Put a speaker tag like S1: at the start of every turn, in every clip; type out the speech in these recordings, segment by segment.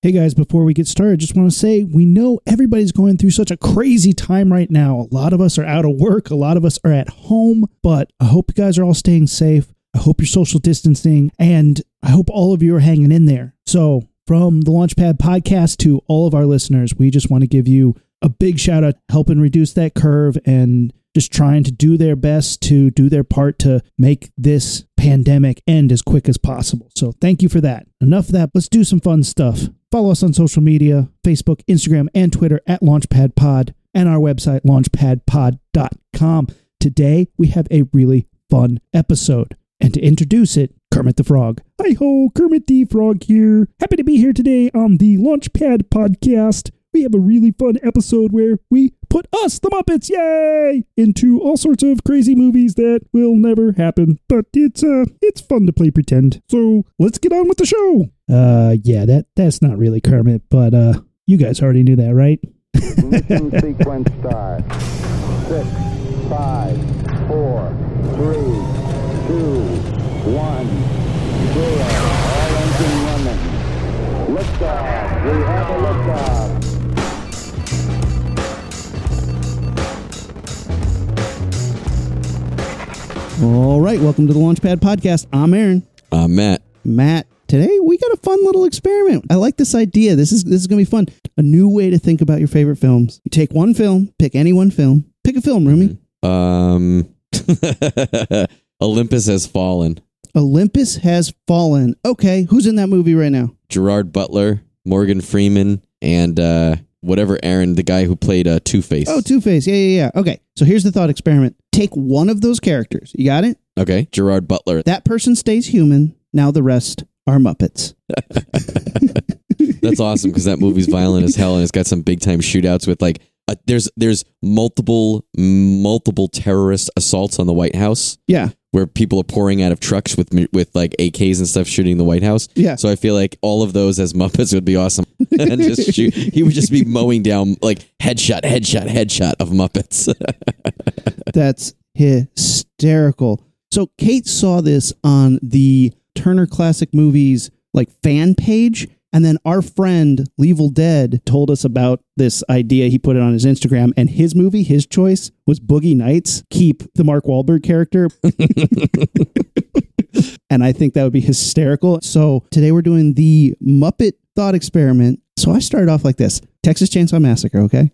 S1: Hey guys, before we get started, just want to say we know everybody's going through such a crazy time right now. A lot of us are out of work, a lot of us are at home, but I hope you guys are all staying safe. I hope you're social distancing, and I hope all of you are hanging in there. So, from the Launchpad podcast to all of our listeners, we just want to give you a big shout out helping reduce that curve and just trying to do their best to do their part to make this pandemic end as quick as possible. So thank you for that. Enough of that. Let's do some fun stuff. Follow us on social media, Facebook, Instagram, and Twitter at Launchpad Pod and our website, launchpadpod.com. Today we have a really fun episode. And to introduce it, Kermit the Frog. Hi ho, Kermit the Frog here. Happy to be here today on the Launchpad Podcast. We have a really fun episode where we put us, the Muppets, yay, into all sorts of crazy movies that will never happen. But it's uh, it's fun to play pretend. So let's get on with the show. Uh, yeah, that that's not really Kermit, but uh, you guys already knew that, right?
S2: Ignition sequence start. Six, five, four, three, two, one, zero. All engine running. Liftoff. We have a liftoff.
S3: All right, welcome to the Launchpad Podcast. I'm Aaron.
S4: Uh, Matt,
S3: Matt. Today we got a fun little experiment. I like this idea. This is this is gonna be fun. A new way to think about your favorite films. You take one film, pick any one film, pick a film, Rumi.
S4: um, Olympus has fallen.
S3: Olympus has fallen. Okay, who's in that movie right now?
S4: Gerard Butler, Morgan Freeman, and uh, whatever Aaron, the guy who played uh, Two Face.
S3: Oh, Two Face. Yeah, yeah, yeah. Okay. So here's the thought experiment. Take one of those characters. You got it?
S4: okay, Gerard Butler.
S3: That person stays human. Now the rest are Muppets.
S4: That's awesome because that movie's violent as hell, and it's got some big time shootouts with like. Uh, there's there's multiple multiple terrorist assaults on the White House
S3: Yeah.
S4: where people are pouring out of trucks with m- with like AKs and stuff shooting the White House.
S3: Yeah.
S4: So I feel like all of those as Muppets would be awesome. and just shoot, he would just be mowing down like headshot, headshot, headshot of Muppets.
S3: That's hysterical. So Kate saw this on the Turner Classic Movies like fan page. And then our friend Levil Dead told us about this idea. He put it on his Instagram, and his movie, his choice was Boogie Nights. Keep the Mark Wahlberg character, and I think that would be hysterical. So today we're doing the Muppet thought experiment. So I started off like this: Texas Chainsaw Massacre. Okay,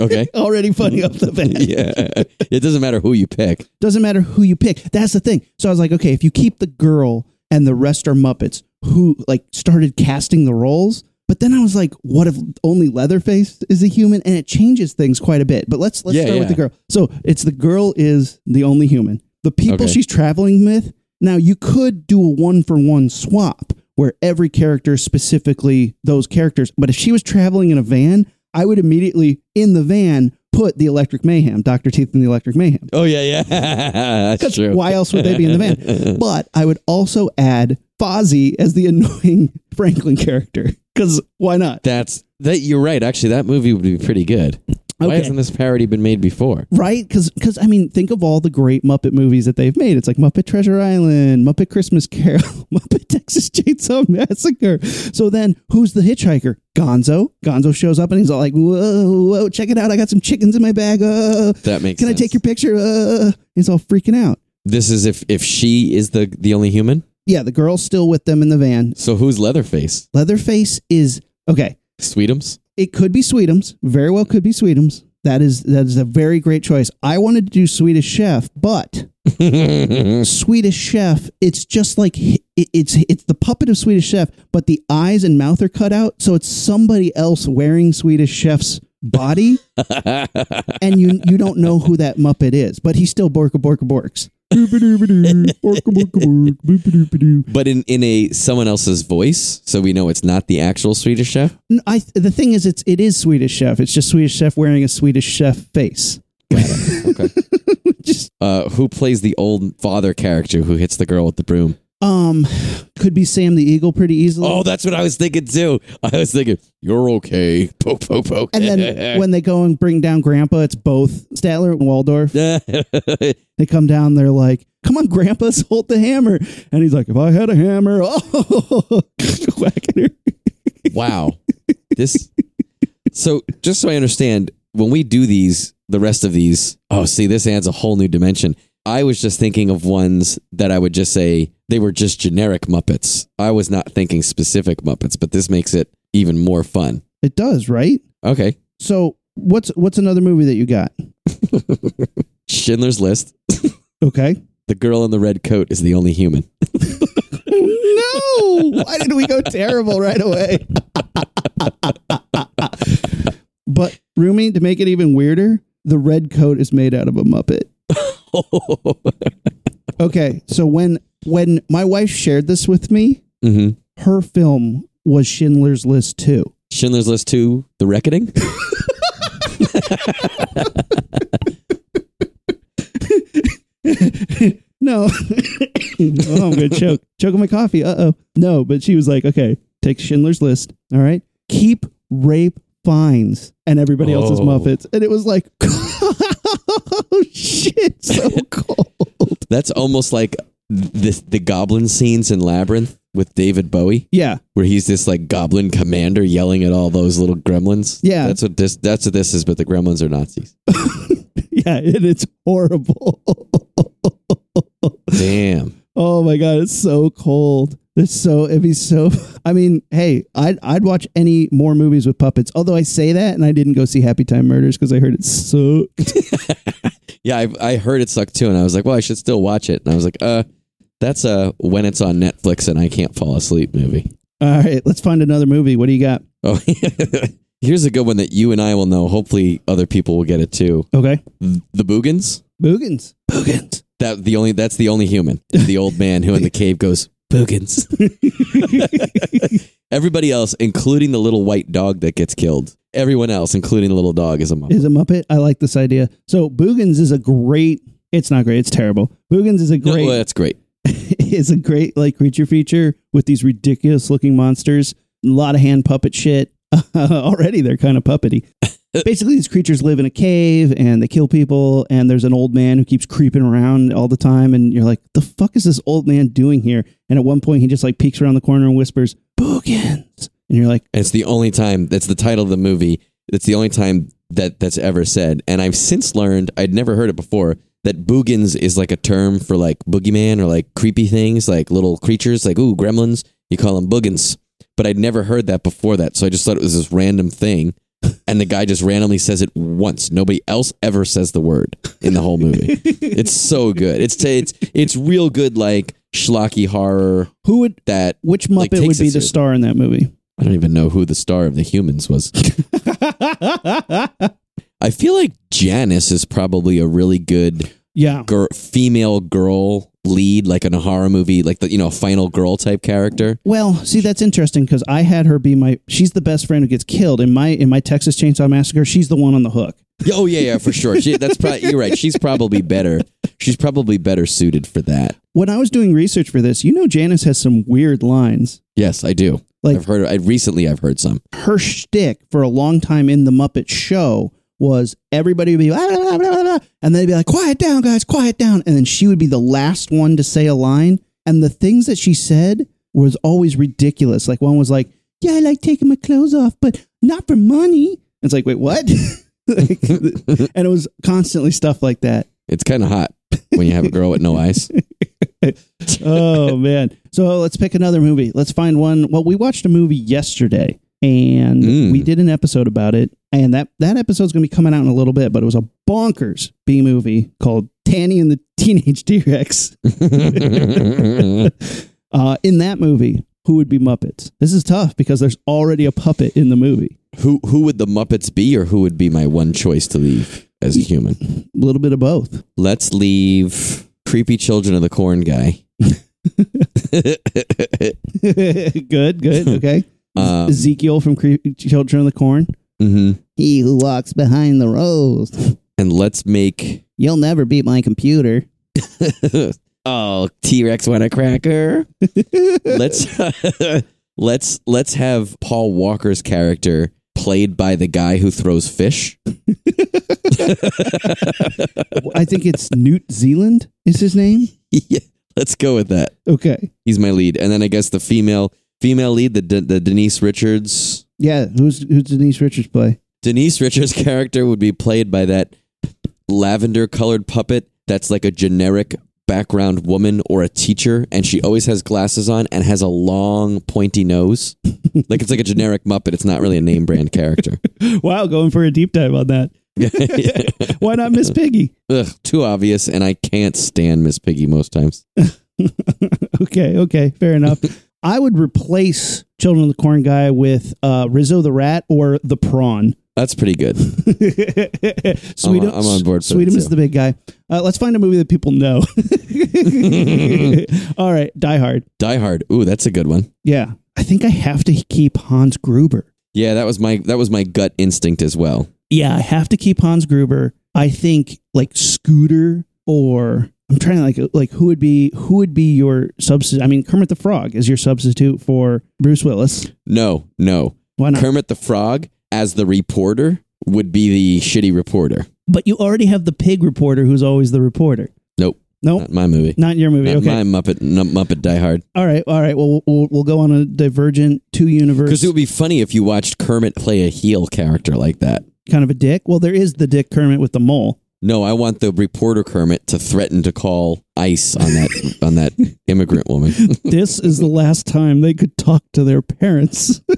S4: okay.
S3: already funny up the bat.
S4: yeah. It doesn't matter who you pick.
S3: Doesn't matter who you pick. That's the thing. So I was like, okay, if you keep the girl and the rest are Muppets, who like started casting the roles? But then I was like, what if only Leatherface is a human? And it changes things quite a bit. But let's let's
S4: Yeah,
S3: start with the
S4: yeah.
S3: girl. So it's the girl is the only human. The people
S4: Okay.
S3: she's traveling with. Now you could do a one for one swap where every character is specifically those characters. But if she was traveling in a van, I would immediately in the van put the Electric Mayhem, Doctor Teeth and the Electric Mayhem.
S4: Oh yeah, yeah. That's true.
S3: Why else would they be in the van? But I would also add Fozzie as the annoying Franklin character. Because why not?
S4: That's that you're right. Actually, that movie would be pretty good. Why
S3: Okay.
S4: hasn't this parody been made before?
S3: Right? Because I mean, think of all the great Muppet movies that they've made. It's like Muppet Treasure Island, Muppet Christmas Carol, Muppet Texas Chainsaw Massacre. So then, who's the hitchhiker? Gonzo. Gonzo shows up and he's all like, "Whoa, whoa! Check it out! I got some chickens in my bag. Uh,
S4: That makes
S3: can I
S4: sense.
S3: take your picture?" Uh, he's all freaking out.
S4: This is if if she is the the only human.
S3: Yeah, the girl's still with them in the van.
S4: So who's Leatherface?
S3: Leatherface is okay.
S4: Sweetums?
S3: it could be Sweetums. Very well could be Sweetums. That is that is a very great choice. I wanted to do Swedish Chef, but Swedish Chef, it's just like it- it's it's the puppet of Swedish Chef, but the eyes and mouth are cut out, so it's somebody else wearing Swedish Chef's body, and you you don't know who that Muppet is, but he's still Borka Borka Borks. Boop-a-doop-a-doo, Borka Borka Bork, boop-a-doop-a-doo.
S4: but in in a someone else's voice, so we know it's not the actual Swedish chef.
S3: No, I the thing is, it's it is Swedish Chef. It's just Swedish Chef wearing a Swedish Chef face.
S4: Okay. uh, who plays the old father character who hits the girl with the broom?
S3: Um, could be Sam the Eagle pretty easily.
S4: Oh, that's what I was thinking too. I was thinking, you're okay. Poke, poke, poke.
S3: and then when they go and bring down Grandpa, it's both Statler and Waldorf. They come down, they're like, "Come on, Grandpa's hold the hammer," and he's like, "If I had a hammer, oh, whacking her."
S4: Wow. this. So just so I understand, when we do these, the rest of these, oh, see, this adds a whole new dimension. I was just thinking of ones that I would just say they were just generic Muppets. I was not thinking specific Muppets, but this makes it even more fun.
S3: It does, right?
S4: Okay.
S3: So what's what's another movie that you got?
S4: Schindler's List.
S3: Okay.
S4: The girl in the red coat is the only human.
S3: no! Why did we go terrible right away? but Rumi, to make it even weirder, the red coat is made out of a Muppet.
S4: Mm-hmm.
S3: Okay, so when when my wife shared this with me,
S4: hmm
S3: her film was Schindler's List too.
S4: Schindler's List 2, The Reckoning.
S3: No. oh, I'm gonna choke. Choke on my coffee. Uh oh. No, but she was like, okay, take Schindler's List. All right. Keep rape fines and everybody else's
S4: Oh.
S3: Muppets. And it was like, oh, shit, so cold.
S4: That's almost like the, the goblin scenes in Labyrinth with David Bowie.
S3: Yeah.
S4: where he's this like goblin commander yelling at all those little gremlins.
S3: Yeah.
S4: that's what this that's what this is. But the gremlins are Nazis.
S3: Yeah. And it's horrible.
S4: Damn.
S3: oh my God. It's so cold. It's so, it'd be so, I mean, hey, I'd, I'd watch any more movies with puppets. Although I say that and I didn't go see Happy Time Murders because I heard it sucked.
S4: Yeah, I, I heard it sucked too, and I was like, well, I should still watch it. And I was like, uh, that's uh when it's on Netflix and I can't fall asleep movie.
S3: All right. Let's find another movie. What do you got?
S4: Oh, here's a good one that you and I will know. Hopefully, other people will get it too.
S3: Okay.
S4: The Boogans.
S3: Boogans. Boogans.
S4: That the only that's the only human. The old man who in the cave goes Boogans. Everybody else, including the little white dog that gets killed. Everyone else, including the little dog, is a mom.
S3: Is a Muppet. I like this idea. So Boogans is a great. It's not great. It's terrible. Boogans is a
S4: No,
S3: great.
S4: well, that's great.
S3: is a great like creature feature with these ridiculous looking monsters. A lot of hand puppet shit. Already they're kind of puppety. Basically, these creatures live in a cave and they kill people. And there's an old man who keeps creeping around all the time. And you're like, the fuck is this old man doing here? And at one point, he just like peeks around the corner and whispers, "Boogans," and you're like,
S4: And it's the only time that's the title of the movie. It's the only time that that's ever said. And I've since learned I'd never heard it before that boogans is like a term for like boogeyman or like creepy things, like little creatures, like ooh gremlins. You call them boogans, but I'd never heard that before that. So I just thought it was this random thing. And the guy just randomly says it once. Nobody else ever says the word in the whole movie. it's so good. It's it's it's real good, like schlocky horror.
S3: "Who would?
S4: That
S3: Which
S4: Like,
S3: Muppet would be
S4: takes it
S3: the
S4: seriously.
S3: star in that movie?"
S4: I don't even know who the star of the humans was. I feel like Janice is probably a really good
S3: yeah.
S4: gir- female girl lead, like in a horror movie, like the you know final girl type character.
S3: Well, see, that's interesting because I had her be my. She's the best friend who gets killed in my in my Texas Chainsaw Massacre. She's the one on the hook.
S4: Yeah, Oh yeah, yeah, for sure. She, that's probably you're right. She's probably better. She's probably better suited for that.
S3: When I was doing research for this, you know, Janice has some weird lines.
S4: Yes, I do.
S3: Like-
S4: I've heard. I recently I've heard some.
S3: Her shtick for a long time in the Muppet Show was everybody would be "Ah, blah, blah, blah, blah," and they'd be like, "Quiet down, guys, quiet down," and then she would be the last one to say a line. And the things that she said was always ridiculous. Like one was like, "Yeah, I like taking my clothes off, but not for money." It's like, wait, what? Like, and it was constantly stuff like that.
S4: It's kind of hot when you have a girl with no eyes.
S3: oh man so let's pick another movie let's find one well we watched a movie yesterday and
S4: Mm.
S3: we did an episode about it and that that episode's going to be coming out in a little bit but it was a bonkers b movie called tanny and the teenage t-rex uh, in that movie who would be muppets this is tough because there's already a puppet in the movie
S4: who who would the Muppets be, or who would be my one choice to leave as a human?
S3: a little bit of both
S4: let's leave creepy children of the corn guy.
S3: good good okay
S4: Um,
S3: ezekiel from Cre- children of the corn
S4: mhm.
S3: he who walks behind the rose
S4: And let's make
S3: you'll never beat my computer
S4: oh T Rex want a cracker. let's let's let's have Paul Walker's character played by the guy who throws fish.
S3: I think it's Newt Zealand is his name.
S4: yeah, let's go with that.
S3: Okay.
S4: He's my lead, and then I guess the female female lead, the De- the Denise Richards.
S3: Yeah, who's who's Denise Richards play?
S4: Denise Richards' character would be played by that lavender colored puppet that's like a generic background woman or a teacher, and she always has glasses on and has a long pointy nose. like it's like a generic Muppet. It's not really a name brand character.
S1: Wow, going for a deep dive on that. Why not Miss Piggy?
S4: Ugh, too obvious, and I can't stand Miss Piggy most times.
S1: Okay, okay, fair enough.
S3: I would replace Children of the Corn guy with uh, Rizzo the Rat or the Prawn.
S4: That's pretty good.
S3: Sweetum,
S4: I'm on board for that,
S3: Sweetum is
S4: too.
S3: the big guy. Uh, let's find a movie that people know. All right, Die Hard.
S4: Die Hard. Ooh, that's a good one.
S3: Yeah, I think I have to keep Hans Gruber.
S4: Yeah, that was my that was my gut instinct as well.
S3: Yeah, I have to keep Hans Gruber. I think like Scooter or I'm trying to like like who would be who would be your substitute? I mean Kermit the Frog is your substitute for Bruce Willis.
S4: No, no.
S3: Why not?
S4: Kermit the Frog as the reporter would be the shitty reporter.
S3: but you already have the pig reporter who's always the reporter.
S4: Nope.
S3: Nope.
S4: Not my movie.
S3: Oh. Not in your movie.
S4: Not
S3: okay.
S4: my Muppet n- Muppet Die Hard.
S3: All right. All right. Well, we'll we'll go on a divergent two universe
S4: Because it would be funny if you watched Kermit play a heel character like that.
S3: kind of a dick. Well, there is the Dick Kermit with the mole.
S4: No, I want the reporter Kermit to threaten to call ICE on that on that immigrant woman.
S3: This is the last time they could talk to their parents.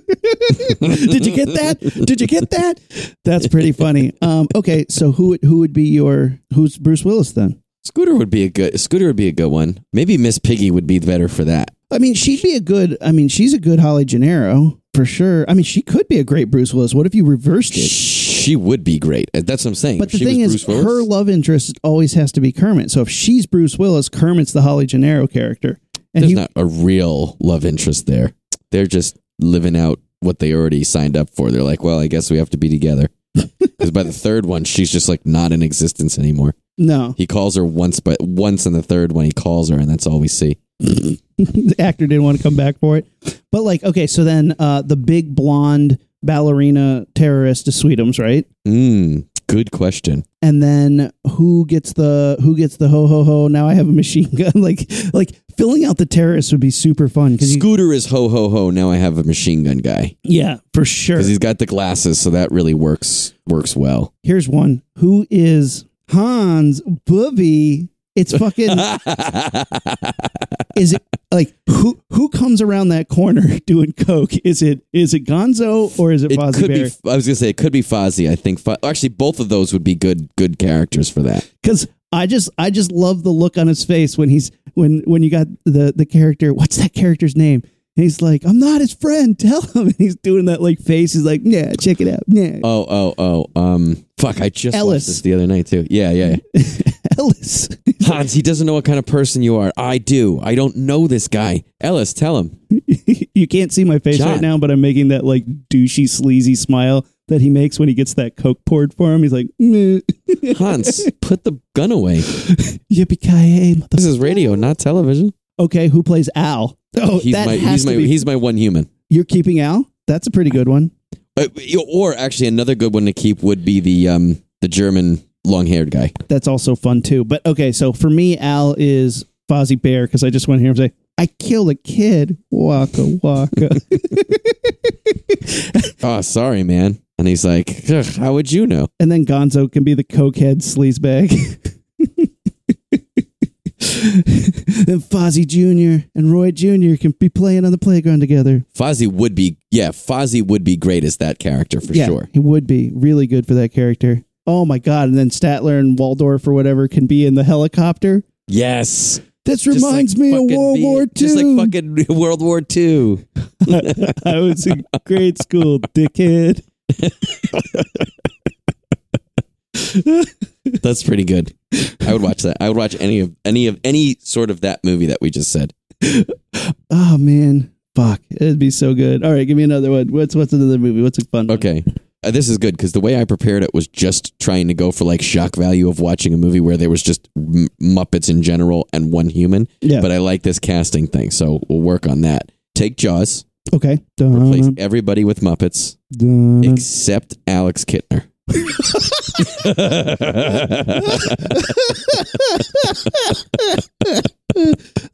S3: Did you get that? Did you get that? That's pretty funny. Um, okay, so who would- who would be your who's Bruce Willis then?
S4: Scooter would be a good Scooter would be a good one. Maybe Miss Piggy would be better for that.
S3: I mean, she'd be a good. I mean, she's a good Holly Gennaro for sure. I mean, she could be a great Bruce Willis. What if you reversed it?
S4: She would be great. That's what I'm saying.
S3: But the
S4: She
S3: thing
S4: was
S3: is,
S4: Bruce Willis.
S3: her love interest always has to be Kermit. So if she's Bruce Willis, Kermit's the Holly Gennaro character. And
S4: There's
S3: he,
S4: not a real love interest there. They're just living out what they already signed up for. They're like, well, I guess we have to be together. Because by the third one, she's just like not in existence anymore.
S3: no,
S4: He calls her once, but once in the third one, he calls her, and that's all we see.
S3: the actor didn't want to come back for it. But like, okay, so then uh, the big blonde ballerina terrorist is Sweetums, right?
S4: Mm, good question.
S3: And then who gets the who gets the ho ho ho? Now I have a machine gun. like like filling out the terrorist would be super fun because
S4: Scooter is ho ho ho. Now I have a machine gun guy
S3: yeah, for sure.
S4: because he's got the glasses, so that really works works well.
S3: Here's one. Who is Hans Booby? It's fucking. is it like who who comes around that corner doing coke? Is it is it Gonzo or is it,
S4: It
S3: Fozzie
S4: could
S3: Bear?
S4: be. I was gonna say it could be Fozzie. I think Fo- actually both of those would be good good characters for that.
S3: Because I just I just love the look on his face when he's when when you got the the character. What's that character's name? And he's like, I'm not his friend. Tell him. And he's doing that like face. He's like, Yeah, check it out. Yeah,
S4: Oh, oh, oh. Um, fuck. I just
S3: Ellis.
S4: watched this the other night too. Yeah, yeah. yeah.
S3: Ellis.
S4: Hans, he doesn't know what kind of person you are. I do. I don't know this guy. Ellis, tell him.
S3: you can't see my face
S4: John.
S3: right now, but I'm making that like douchey, sleazy smile that he makes when he gets that coke poured for him. He's like, "Meh."
S4: Hans, put the gun away.
S3: Yippee ki yay!
S4: This is radio, not television.
S3: Okay, who plays Al? Oh,
S4: he's
S3: that
S4: my
S3: has
S4: he's
S3: to
S4: my
S3: be.
S4: he's my one human.
S3: You're keeping Al. That's a pretty good one.
S4: Uh, or actually, another good one to keep would be the um the German long haired guy.
S3: That's also fun too. But okay, so for me, Al is Fozzie Bear because I just want to hear him say, "I killed a kid." Waka waka.
S4: Oh, sorry, man. And he's like, "Ugh, how would you know?
S3: and then Gonzo can be the cokehead sleazebag. and Fozzie Jr. and Roy Jr. can be playing on the playground together.
S4: Fozzie would be yeah. Fozzie would be great as that character for
S3: yeah,
S4: sure.
S3: he would be really good for that character. Oh my god! And then Statler and Waldorf or whatever can be in the helicopter.
S4: Yes.
S3: This
S4: Just
S3: reminds
S4: like
S3: me of
S4: fucking
S3: World
S4: Viet-
S3: War II.
S4: Just like fucking World War II.
S3: I was in grade school, dickhead.
S4: That's pretty good. I would watch that. I would watch any of any of any sort of that movie that we just said.
S3: Oh man, fuck! It'd be so good. All right, give me another one. What's what's another movie? What's a fun? one?
S4: Okay. Uh, this is good because the way I prepared it was just trying to go for like shock value of watching a movie where there was just m- Muppets in general and one human.
S3: Yeah.
S4: But I like this casting thing, so we'll work on that. Take Jaws,
S3: Okay.
S4: replace
S3: Uh-huh.
S4: everybody with Muppets except Alex Kittner.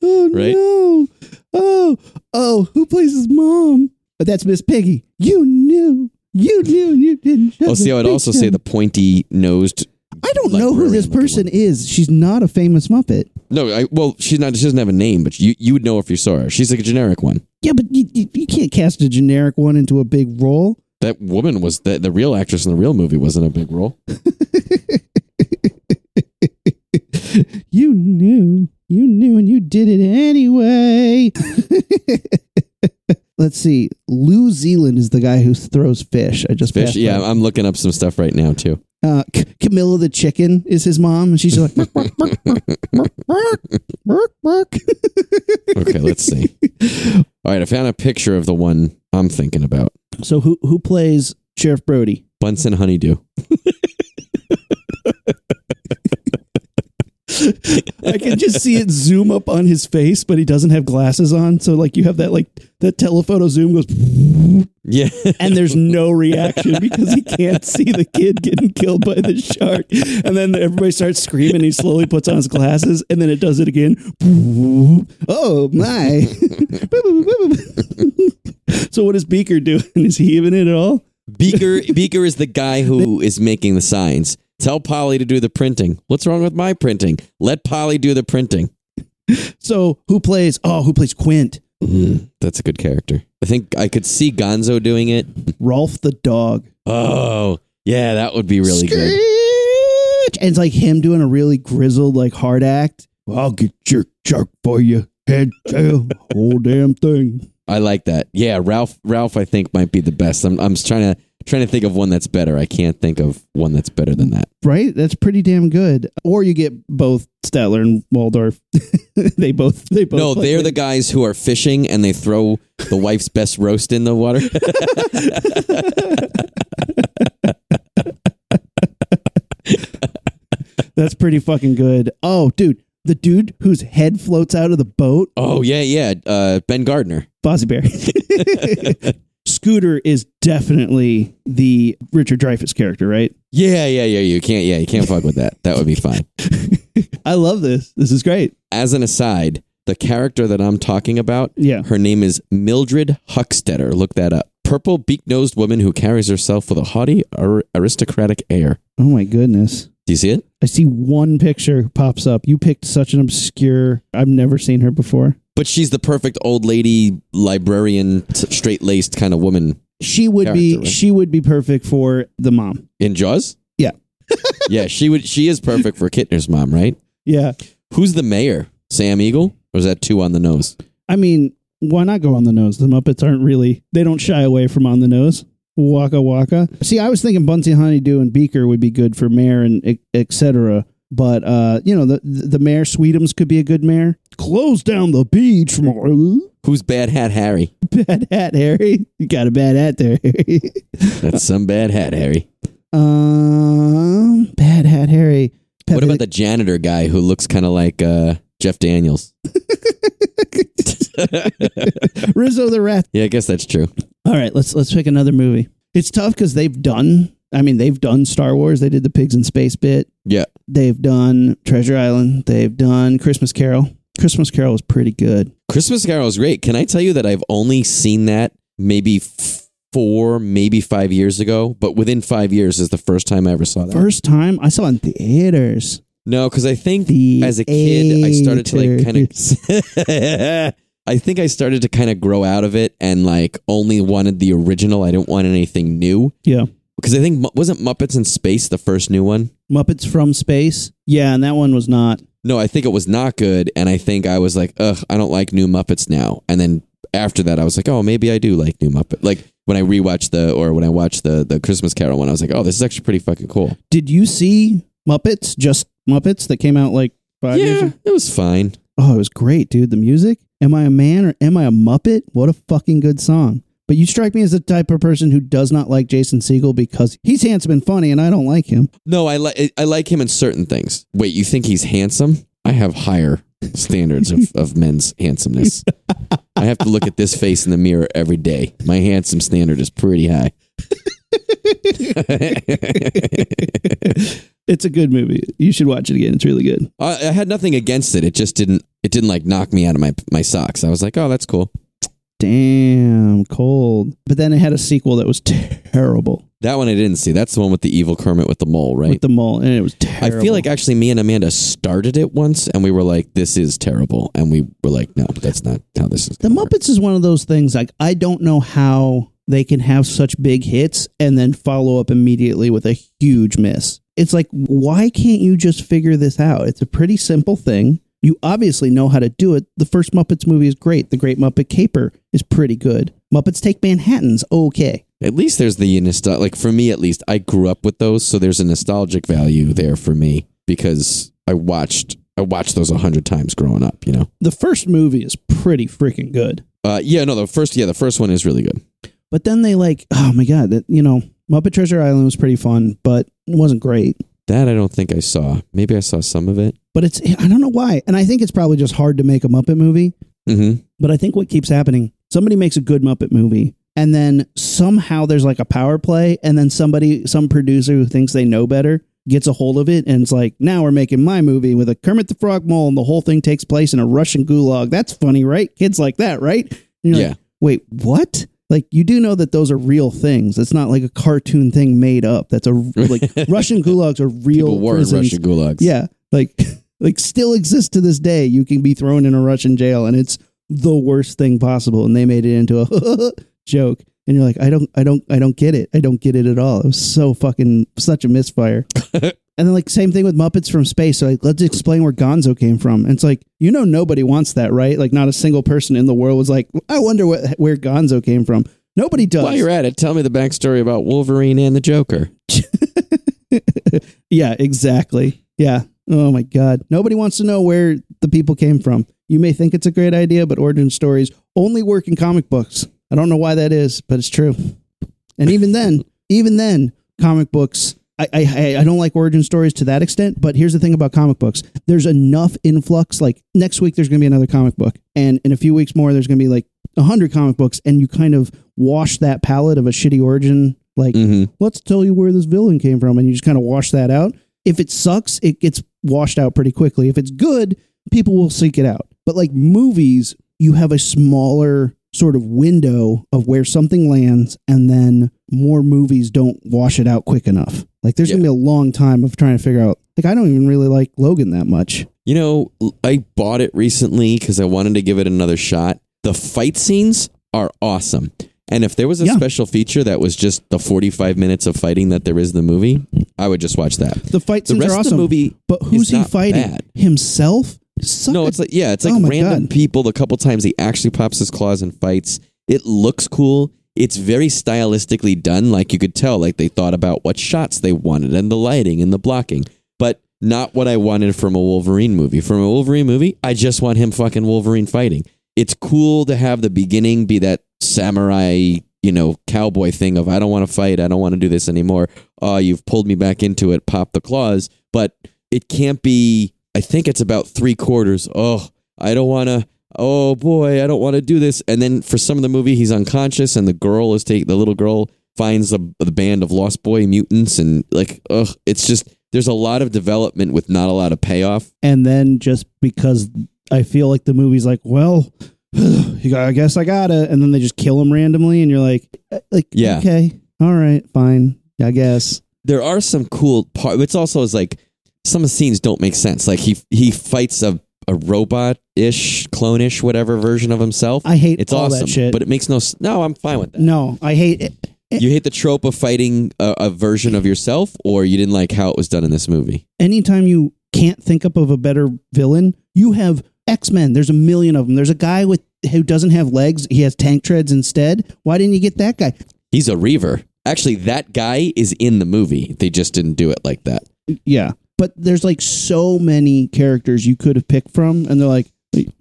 S3: Oh
S4: Right?
S3: Oh, no! Oh, oh, who plays his mom? But that's Miss Piggy. You knew. You knew you didn't.
S4: Oh, see, I would also say the pointy nosed.
S3: I don't know who this person is. She's not a famous Muppet.
S4: No, I, well, she's not. She doesn't have a name, but you you would know if you saw her. She's like a generic one.
S3: Yeah, but you, you, you can't cast a generic one into a big role.
S4: That woman was the, the real actress in the real movie wasn't a big role.
S3: You knew. You knew and you did it anyway. Let's see. Lou Zealand is the guy who throws fish. I just
S4: Fish.
S3: passed
S4: Yeah,
S3: by.
S4: I'm looking up some stuff right now too.
S3: Uh, C- Camilla the chicken is his mom, and she's like, "Merk, merk, merk, merk, merk, merk, merk."
S4: Okay, let's see. All right, I found a picture of the one I'm thinking about.
S3: so who who plays Sheriff Brody?
S4: Bunsen Honeydew.
S3: I can just see it zoom up on his face, but he doesn't have glasses on. So like you have that like that telephoto zoom goes,
S4: Yeah.
S3: and there's no reaction because he can't see the kid getting killed by the shark. And then everybody starts screaming. He slowly puts on his glasses, and then it does it again. Oh my! so what is Beaker doing? Is he even in at all?
S4: Beaker Beaker is the guy who is making the signs. Tell Polly to do the printing. What's wrong with my printing? Let Polly do the printing.
S3: So who plays? Oh, who plays Quint?
S4: That's a good character. I think I could see Gonzo doing it.
S3: Rolf the dog.
S4: Oh, yeah, that would be really good.
S3: Screech! And it's like him doing a really grizzled, like hard act. I'll get your shark for you. Head, tail, whole damn thing.
S4: I like that. Yeah, Ralph Ralph I think might be the best. I'm I'm just trying to trying to think of one that's better. I can't think of one that's better than that.
S3: Right? That's pretty damn good. Or you get both Statler and Waldorf. they both they both
S4: No,
S3: play-
S4: they're the guys who are fishing and they throw the wife's best roast in the water.
S3: That's pretty fucking good. Oh, dude. The dude whose head floats out of the boat,
S4: oh, yeah, yeah. Uh, ben Gardner.
S3: Fozzie Bear. Scooter is definitely the Richard Dreyfuss character, right?
S4: Yeah, yeah, yeah. You can't. Yeah, you can't fuck with that. That would be fine.
S3: I love this. This is great.
S4: As an aside, the character that I'm talking about,
S3: Yeah.
S4: her name is Mildred Huckstetter. Look that up. Purple beak nosed woman who carries herself with a haughty ar- aristocratic air.
S3: Oh my goodness.
S4: Do you see it?
S3: I see one picture pops up. You picked such an obscure. I've never seen her before.
S4: But she's the perfect old lady librarian, straight laced kind of woman
S3: She would be
S4: Character, right?
S3: she would be perfect for the mom.
S4: in Jaws.
S3: Yeah.
S4: yeah. She would. She is perfect for Kittner's mom, right?
S3: Yeah.
S4: Who's the mayor? Sam Eagle, or is that two on the nose?
S3: I mean, why not go on the nose? The Muppets aren't really they don't shy away from on the nose. Waka waka. See, I was thinking Bunty Honeydew and Beaker would be good for mayor and e- et cetera. But uh, you know, the the mayor Sweetums could be a good mayor. Close down the beach,
S4: Who's Bad Hat Harry?
S3: bad hat, Harry. You got a bad hat there, Harry.
S4: That's some bad hat, Harry.
S3: Um, Bad Hat Harry. Pepe
S4: What about the janitor guy who looks kind of like uh, Jeff Daniels?
S3: the Rizzo the Rat?
S4: Yeah, I guess that's true.
S3: All right, let's let's pick another movie. It's tough because they've done. I mean, they've done Star Wars. They did the Pigs in Space bit.
S4: Yeah.
S3: They've done Treasure Island. They've done Christmas Carol. Christmas Carol was pretty good.
S4: Christmas Carol is great. Can I tell you that I've only seen that maybe f- four, maybe five years ago? But within five years is the first time I ever saw that.
S3: First time I saw it in theaters.
S4: No, because I think as a kid I started to like kind of. I think I started to kind of grow out of it and like only wanted the original. I didn't want anything new
S3: Yeah.
S4: because I think Mu- wasn't Muppets in Space the first new one.
S3: Muppets from Space. Yeah, and that one was not.
S4: No, I think it was not good, and I think I was like, ugh, I don't like new Muppets now. And then after that, I was like, oh, maybe I do like new Muppet. Like when I rewatched the or when I watched the the Christmas Carol one, I was like, oh, this is actually pretty fucking cool.
S3: Did you see Muppets? Just Muppets that came out like five years
S4: yeah, it was fine.
S3: Oh, it was great, dude. The music. Am I a man or am I a Muppet? What a fucking good song. But you strike me as the type of person who does not like Jason Siegel because he's handsome and funny and I don't like him.
S4: No, I like I like him in certain things. Wait, you think he's handsome? I have higher standards of, of men's handsomeness. I have to look at this face in the mirror every day. My handsome standard is pretty high.
S3: It's a good movie. You should watch it again. It's really good.
S4: I, I had nothing against it. It just didn't. It didn't like knock me out of my my socks. I was like, oh, that's cool.
S3: Damn, cold. But then it had a sequel that was terrible
S4: That one I didn't see. That's the one with the evil Kermit with the mole, right?
S3: with the mole, and it was
S4: I
S3: terrible.
S4: feel like actually me and Amanda started it once, and we were like, this is terrible, and we were like, no, that's not how this is.
S3: the
S4: gonna work."
S3: Muppets is one of those things. Like I don't know how they can have such big hits and then follow up immediately with a huge miss. It's like why can't you just figure this out? It's a pretty simple thing. You obviously know how to do it. The first Muppets movie is great. The Great Muppet Caper is pretty good. Muppets Take Manhattan's okay.
S4: At least there's the nostalgia. Like for me, at least I grew up with those, so there's a nostalgic value there for me because I watched I watched those a hundred times growing up. You know.
S3: The first movie is pretty freaking good.
S4: Uh, yeah, no, the first yeah, the first one is really good.
S3: But then they like, oh my god, that you know, Muppet Treasure Island was pretty fun, but it wasn't great.
S4: That I don't think I saw. Maybe I saw some of it.
S3: But it's I don't know why, and I think it's probably just hard to make a Muppet movie.
S4: Mm-hmm.
S3: But I think what keeps happening, somebody makes a good Muppet movie, and then somehow there's like a power play, and then somebody, some producer who thinks they know better, gets a hold of it, and it's like, now we're making my movie with a Kermit the Frog mole, and the whole thing takes place in a Russian gulag. That's funny, right? Kids like that, right? And you're
S4: Yeah.
S3: like, Wait, what? Like you do know that those are real things. It's not like a cartoon thing made up. That's a like Russian gulags are real
S4: People were in
S3: prisons.
S4: Russian gulags.
S3: Yeah, like like still exists to this day. You can be thrown in a Russian jail, and it's the worst thing possible. And they made it into a joke, and you're like, I don't, I don't, I don't get it. I don't get it at all. It was so fucking such a misfire. And then like same thing with Muppets from Space. So like let's explain where Gonzo came from. And it's like you know nobody wants that, right? Like not a single person in the world was like, I wonder what, where Gonzo came from. Nobody does.
S4: While you're at it, tell me the backstory about Wolverine and the Joker.
S3: Yeah, exactly. Yeah. Oh my God. Nobody wants to know where the people came from. You may think it's a great idea, but origin stories only work in comic books. I don't know why that is, but it's true. And even then, even then, comic books. I, I I- I don't like origin stories to that extent, but here's the thing about comic books. There's enough influx. Like next week, there's going to be another comic book, and in a few weeks more, there's going to be like hundred comic books, and you kind of wash that palette of a shitty origin. Like
S4: Mm-hmm.
S3: let's tell you where this villain came from and you just kind of wash that out if it sucks it gets washed out pretty quickly if it's good people will seek it out but like movies you have a smaller sort of window of where something lands and then more movies don't wash it out quick enough like there's gonna be
S4: Yeah.
S3: a long time of trying to figure out like i don't even really like logan that much
S4: You know, l- I bought it recently because I wanted to give it another shot. The fight scenes are awesome. And if there was a
S3: Yeah.
S4: special feature that was just the 45 minutes of fighting that there is in the movie, I would just watch that.
S3: the fight
S4: The
S3: scenes
S4: rest
S3: are
S4: of the
S3: awesome
S4: movie,
S3: but
S4: is
S3: who's he
S4: not
S3: fighting
S4: bad.
S3: himself Suck
S4: no,
S3: a-
S4: it's like yeah, it's like
S3: Oh my
S4: random
S3: God.
S4: people. The couple times he actually pops his claws and fights, it looks cool. It's very stylistically done. Like you could tell, like they thought about what shots they wanted and the lighting and the blocking, but not what I wanted from a Wolverine movie. From a Wolverine movie, I just want him fucking Wolverine fighting. It's cool to have the beginning be that samurai, you know, cowboy thing of I don't want to fight, I don't want to do this anymore. Oh, you've pulled me back into it. Pop the claws, but it can't be i think it's about three quarters oh i don't want to oh boy i don't want to do this and then for some of the movie he's unconscious and the girl is take the little girl finds the, the band of lost boy mutants and like ugh it's just there's a lot of development with not a lot of payoff
S3: and then just because I feel like the movie's like, well, you got- I guess I gotta, and then they just kill him randomly, and you're like, uh, like,
S4: Yeah.
S3: okay, all right, fine, I guess.
S4: there are some cool parts it's also is like some scenes don't make sense like he he fights a a robot-ish clone-ish whatever version of himself
S3: I hate
S4: it's
S3: all
S4: awesome
S3: that shit.
S4: but it makes no s- no i'm fine with that
S3: no, I hate it.
S4: you hate the trope of fighting a, a version of yourself, or you didn't like how it was done in this movie.
S3: anytime you can't think up of a better villain, you have X Men. There's a million of them. There's a guy with who doesn't have legs. He has tank treads instead. Why didn't you get that guy?
S4: He's a reaver. Actually, that guy is in the movie. They just didn't do it like that.
S3: Yeah. But there's like so many characters you could have picked from, and they're like,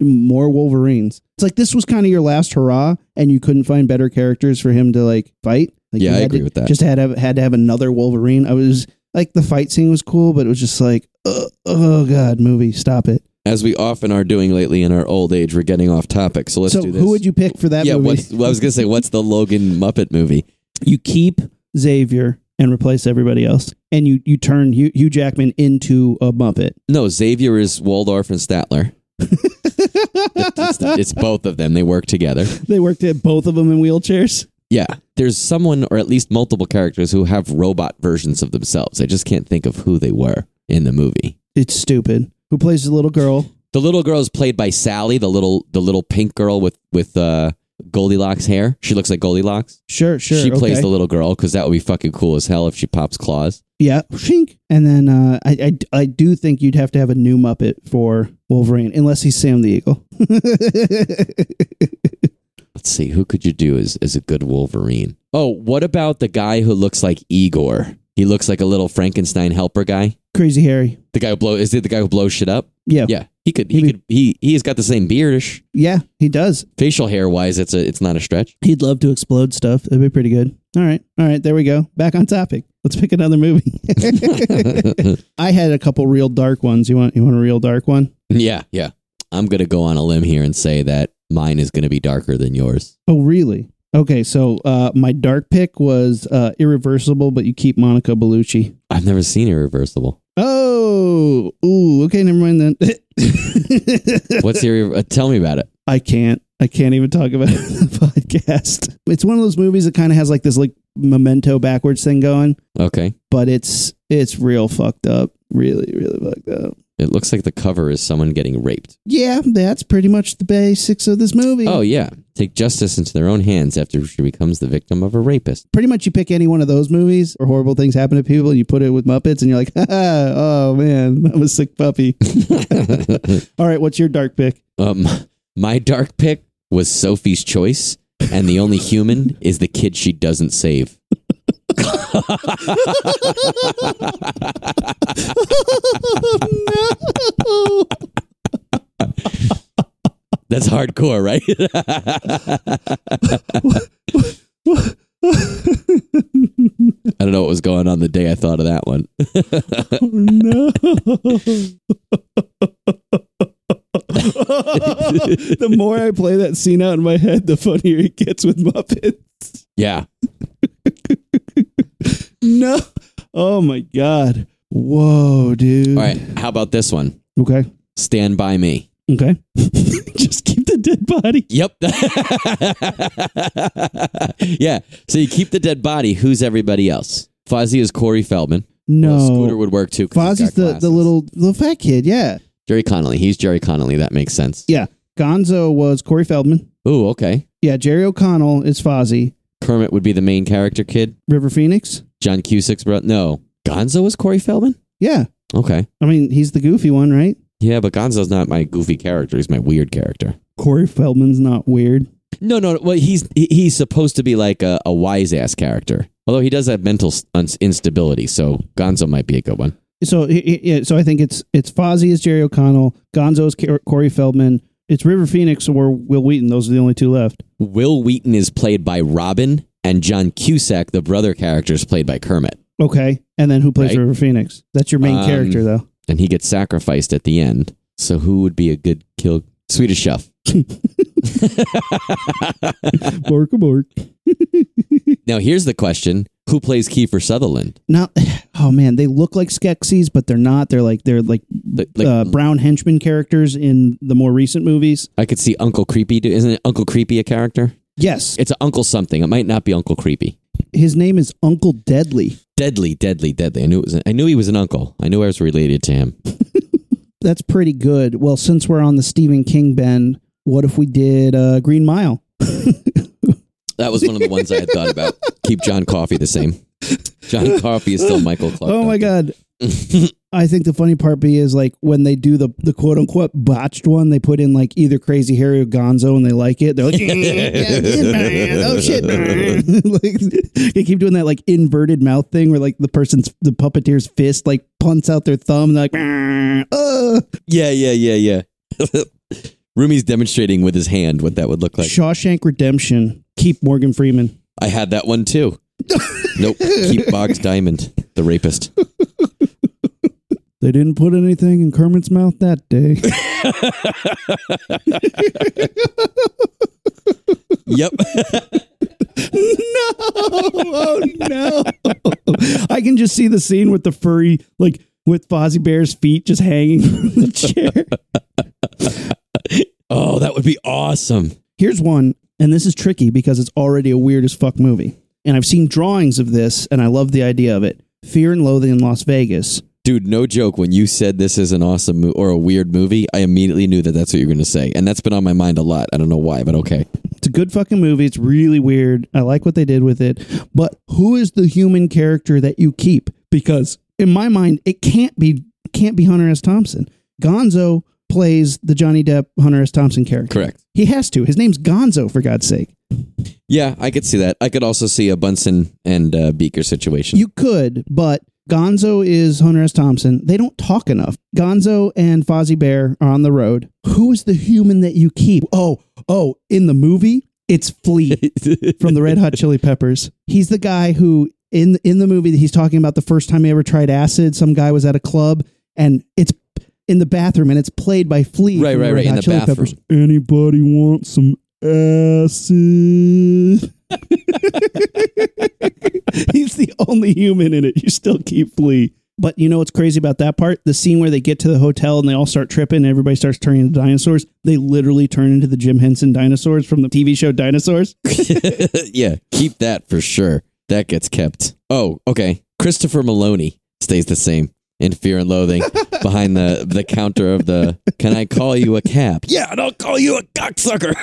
S3: more Wolverines. It's like this was kind of your last hurrah, and you couldn't find better characters for him to like fight. Like,
S4: Yeah,
S3: you
S4: I
S3: had
S4: agree
S3: to-
S4: with that.
S3: Just had to have, had to have another Wolverine. I was like, the fight scene was cool, but it was just like, oh, oh god, movie, stop it.
S4: As we often are doing lately in our old age, we're getting off topic. So let's
S3: so
S4: do this.
S3: who would you pick for that
S4: yeah,
S3: movie?
S4: what's, well, I was gonna say, what's the Logan Muppet movie?
S3: you keep Xavier and replace everybody else. And you you turn Hugh, Hugh Jackman into a Muppet.
S4: No, Xavier is Waldorf and Statler. it's, it's both of them. They work together.
S3: They worked at both of them in wheelchairs.
S4: Yeah. There's someone or at least multiple characters who have robot versions of themselves. I just can't think of who they were in the movie.
S3: It's stupid. Who plays the little girl?
S4: The little girl is played by Sally, the little the little pink girl with with uh, Goldilocks hair. She looks like Goldilocks.
S3: Sure, sure.
S4: she plays
S3: okay.
S4: the little girl because that would be fucking cool as hell if she pops claws.
S3: yeah, shink. And then uh, I, I I do think you'd have to have a new Muppet for Wolverine, unless he's Sam the Eagle.
S4: Let's see, who could you do as as a good Wolverine? Oh, what about the guy who looks like Igor? He looks like a little Frankenstein helper guy.
S3: Crazy Harry.
S4: The guy who blow is it the guy who blows shit up?
S3: Yeah, yeah,
S4: Yeah, he could. He
S3: Maybe.
S4: could. He he's got the same beardish
S3: he does.
S4: facial hair wise. It's a. It's not a stretch.
S3: He'd love to explode stuff. That'd be pretty good. All right, all right. There we go. Back on topic. Let's pick another movie. I had a couple real dark ones. You want you want a real dark one?
S4: Yeah, yeah. I'm gonna go on a limb here and say that mine is gonna be darker than yours.
S3: Oh, really? Okay, so uh, my dark pick was uh, irreversible, but you keep Monica Bellucci.
S4: I've never seen irreversible.
S3: Oh, ooh, okay, never mind then.
S4: What's irre- uh, Tell me about it.
S3: I can't. I can't even talk about it on the podcast. It's one of those movies that kind of has like this like memento backwards thing going,
S4: Okay.
S3: but it's it's real fucked up. Really, really fucked up.
S4: It looks like the cover is someone getting raped.
S3: Yeah, that's pretty much the basics of this movie.
S4: Oh yeah. Take justice into their own hands after she becomes the victim of a rapist.
S3: pretty much you pick any one of those movies or horrible things happen to people, you put it with Muppets, and you're like, oh man, I'm a sick puppy. All right, what's your dark pick?
S4: Um, my dark pick was Sophie's Choice, and the only human is the kid she doesn't save.
S3: no.
S4: That's hardcore, right? I don't know what was going on the day I thought of that one.
S3: no. the more I play that scene out in my head, the funnier it gets with Muppet.
S4: Yeah.
S3: No. Oh my God. Whoa, dude.
S4: All right. How about this one?
S3: Okay.
S4: Stand by me.
S3: Okay. Just keep the dead body.
S4: Yep. yeah. So you keep the dead body. Who's everybody else? Fozzie is Corey Feldman.
S3: No.
S4: Well, Scooter would work too. 'cause he's
S3: Fozzie's
S4: got
S3: the, the
S4: glasses.
S3: little the fat kid, yeah.
S4: Jerry Connolly. He's Jerry Connolly. That makes sense.
S3: Yeah. Gonzo was Corey Feldman.
S4: Ooh, okay.
S3: Yeah, Jerry O'Connell is Fozzie.
S4: Kermit would be the main character kid.
S3: River Phoenix?
S4: John Cusick's brother. No. Gonzo is Corey Feldman?
S3: Yeah.
S4: Okay.
S3: I mean, he's the goofy one, right?
S4: Yeah, but Gonzo's not my goofy character. He's my weird character.
S3: Corey Feldman's not weird.
S4: No, no. no. Well, he's he- he's supposed to be like a, a wise ass character. Although he does have mental s- uns- instability, so Gonzo might be a good one.
S3: So he- he- yeah, so I think it's it's Fozzie is Jerry O'Connell, Gonzo is Ca- Corey Feldman, it's River Phoenix or Will Wheaton. Those are the only two left.
S4: Will Wheaton is played by Robin, and John Cusack, the brother character, is played by Kermit.
S3: Okay, and then who plays
S4: Right.
S3: River Phoenix? That's your main
S4: Um,
S3: character, though.
S4: And he gets sacrificed at the end. So who would be a good kill? Swedish Chef.
S3: Bork Bork.
S4: Now here's the question: Who plays Kiefer Sutherland?
S3: Now, oh man, they look like Skeksis, but they're not. They're like they're like,
S4: Like, like-
S3: uh, brown henchmen characters in the more recent movies.
S4: I could see Uncle Creepy. Do, isn't it Uncle Creepy a character?
S3: Yes,
S4: It's Uncle something. It might not be Uncle Creepy.
S3: his name is Uncle Deadly.
S4: Deadly, deadly, deadly. I knew it was. I knew he was an uncle. I knew I was related to him.
S3: That's pretty good. Well, since we're on the Stephen King bend, what if we did uh, Green Mile?
S4: That was one of the ones I had thought about. Keep John Coffey the same. John Coffey is still Michael Clark.
S3: Oh my
S4: Duncan.
S3: god. I think the funny part B is like when they do the the quote unquote botched one, they put in like either Crazy Harry or Gonzo, and they like it. They're like, "Yeah, yeah, yeah, man. oh shit, man." like they keep doing that like inverted mouth thing where like the person's the puppeteer's fist like punts out their thumb, and they're like, "Man, uh.
S4: Yeah, yeah, yeah, yeah. Rumi's demonstrating with his hand what that would look like.
S3: Shawshank Redemption. Keep Morgan Freeman.
S4: I had that one too. nope. Keep Boggs Diamond, the rapist.
S3: They didn't put anything in Kermit's mouth that day.
S4: Yep.
S3: no, oh no.
S1: I can just see the scene with the furry, like with Fozzie Bear's feet just hanging from the chair.
S4: Oh, that would be awesome.
S3: Here's one, and this is tricky because it's already a weird as fuck movie. And I've seen drawings of this, and I love the idea of it. Fear and Loathing in Las Vegas.
S4: Dude, no joke. When you said this is an awesome mo- or a weird movie, I immediately knew that that's what you were going to say. And that's been on my mind a lot. I don't know why, but okay.
S3: It's a good fucking movie. It's really weird. I like what they did with it. But who is the human character that you keep? Because in my mind, it can't be can't be Hunter S. Thompson. Gonzo plays the Johnny Depp Hunter S. Thompson character.
S4: Correct.
S3: He has to. His name's Gonzo, for God's sake.
S4: Yeah, I could see that. I could also see a Bunsen and uh, Beaker situation.
S3: You could, but Gonzo is Hunter S. Thompson. They don't talk enough. Gonzo and Fozzie Bear are on the road. Who is the human that you keep? Oh, oh, in the movie, it's Flea from the Red Hot Chili Peppers. He's the guy who in in the movie that he's talking about the first time he ever tried acid. Some guy was at a club and it's in the bathroom and it's played by Flea.
S4: Right,
S3: from
S4: right,
S3: Red
S4: right, in
S3: Hot
S4: the
S3: Chili
S4: bathroom.
S3: Peppers. Anybody want some acid? He's the only human in it. You still keep Flea. But you know what's crazy about that part? The scene where they get to the hotel and they all start tripping and everybody starts turning into dinosaurs. They literally turn into the Jim Henson dinosaurs from the TV show Dinosaurs.
S4: yeah, keep that for sure. That gets kept. Oh, okay. Christopher Maloney stays the same in Fear and Loathing behind the, the counter of the Can I call you a cab? Yeah, and I'll call you a cocksucker.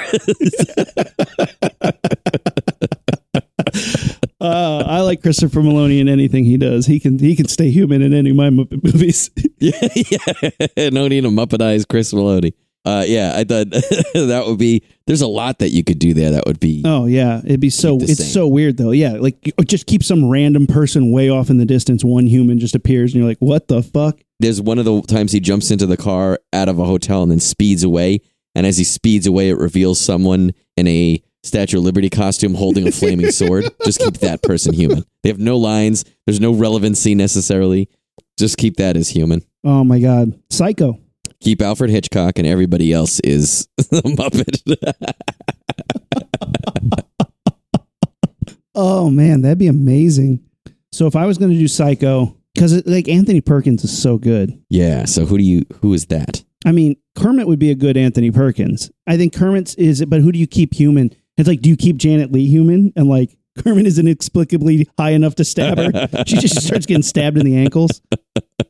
S3: Uh, I like Christopher Maloney in anything he does. He can he can stay human in any of my Muppet movies.
S4: yeah, yeah. No need to muppetize Chris Maloney. Uh, yeah, I thought that would be. There's a lot that you could do there. That would be.
S3: oh yeah, it'd be so
S4: Keep the
S3: it's
S4: same.
S3: so weird though. Yeah, like you- oh, just keep some random person way off in the distance. One human just appears and you're like, what the fuck?
S4: There's one of the times he jumps into the car out of a hotel and then speeds away. And as he speeds away, it reveals someone in a Statue of Liberty costume holding a flaming sword. Just keep that person human. They have no lines. There's no relevancy necessarily. Just keep that as human.
S3: Oh my god, Psycho.
S4: Keep Alfred Hitchcock and everybody else is a Muppet.
S3: Oh man, that'd be amazing. So if I was going to do Psycho, because like Anthony Perkins is so good.
S4: yeah. So who do you? Who is that?
S3: I mean, Kermit would be a good Anthony Perkins. I think Kermit's is, but who do you keep human? It's like, do you keep Janet Lee human? And like, Kermit is inexplicably high enough to stab her. she just starts getting stabbed in the ankles.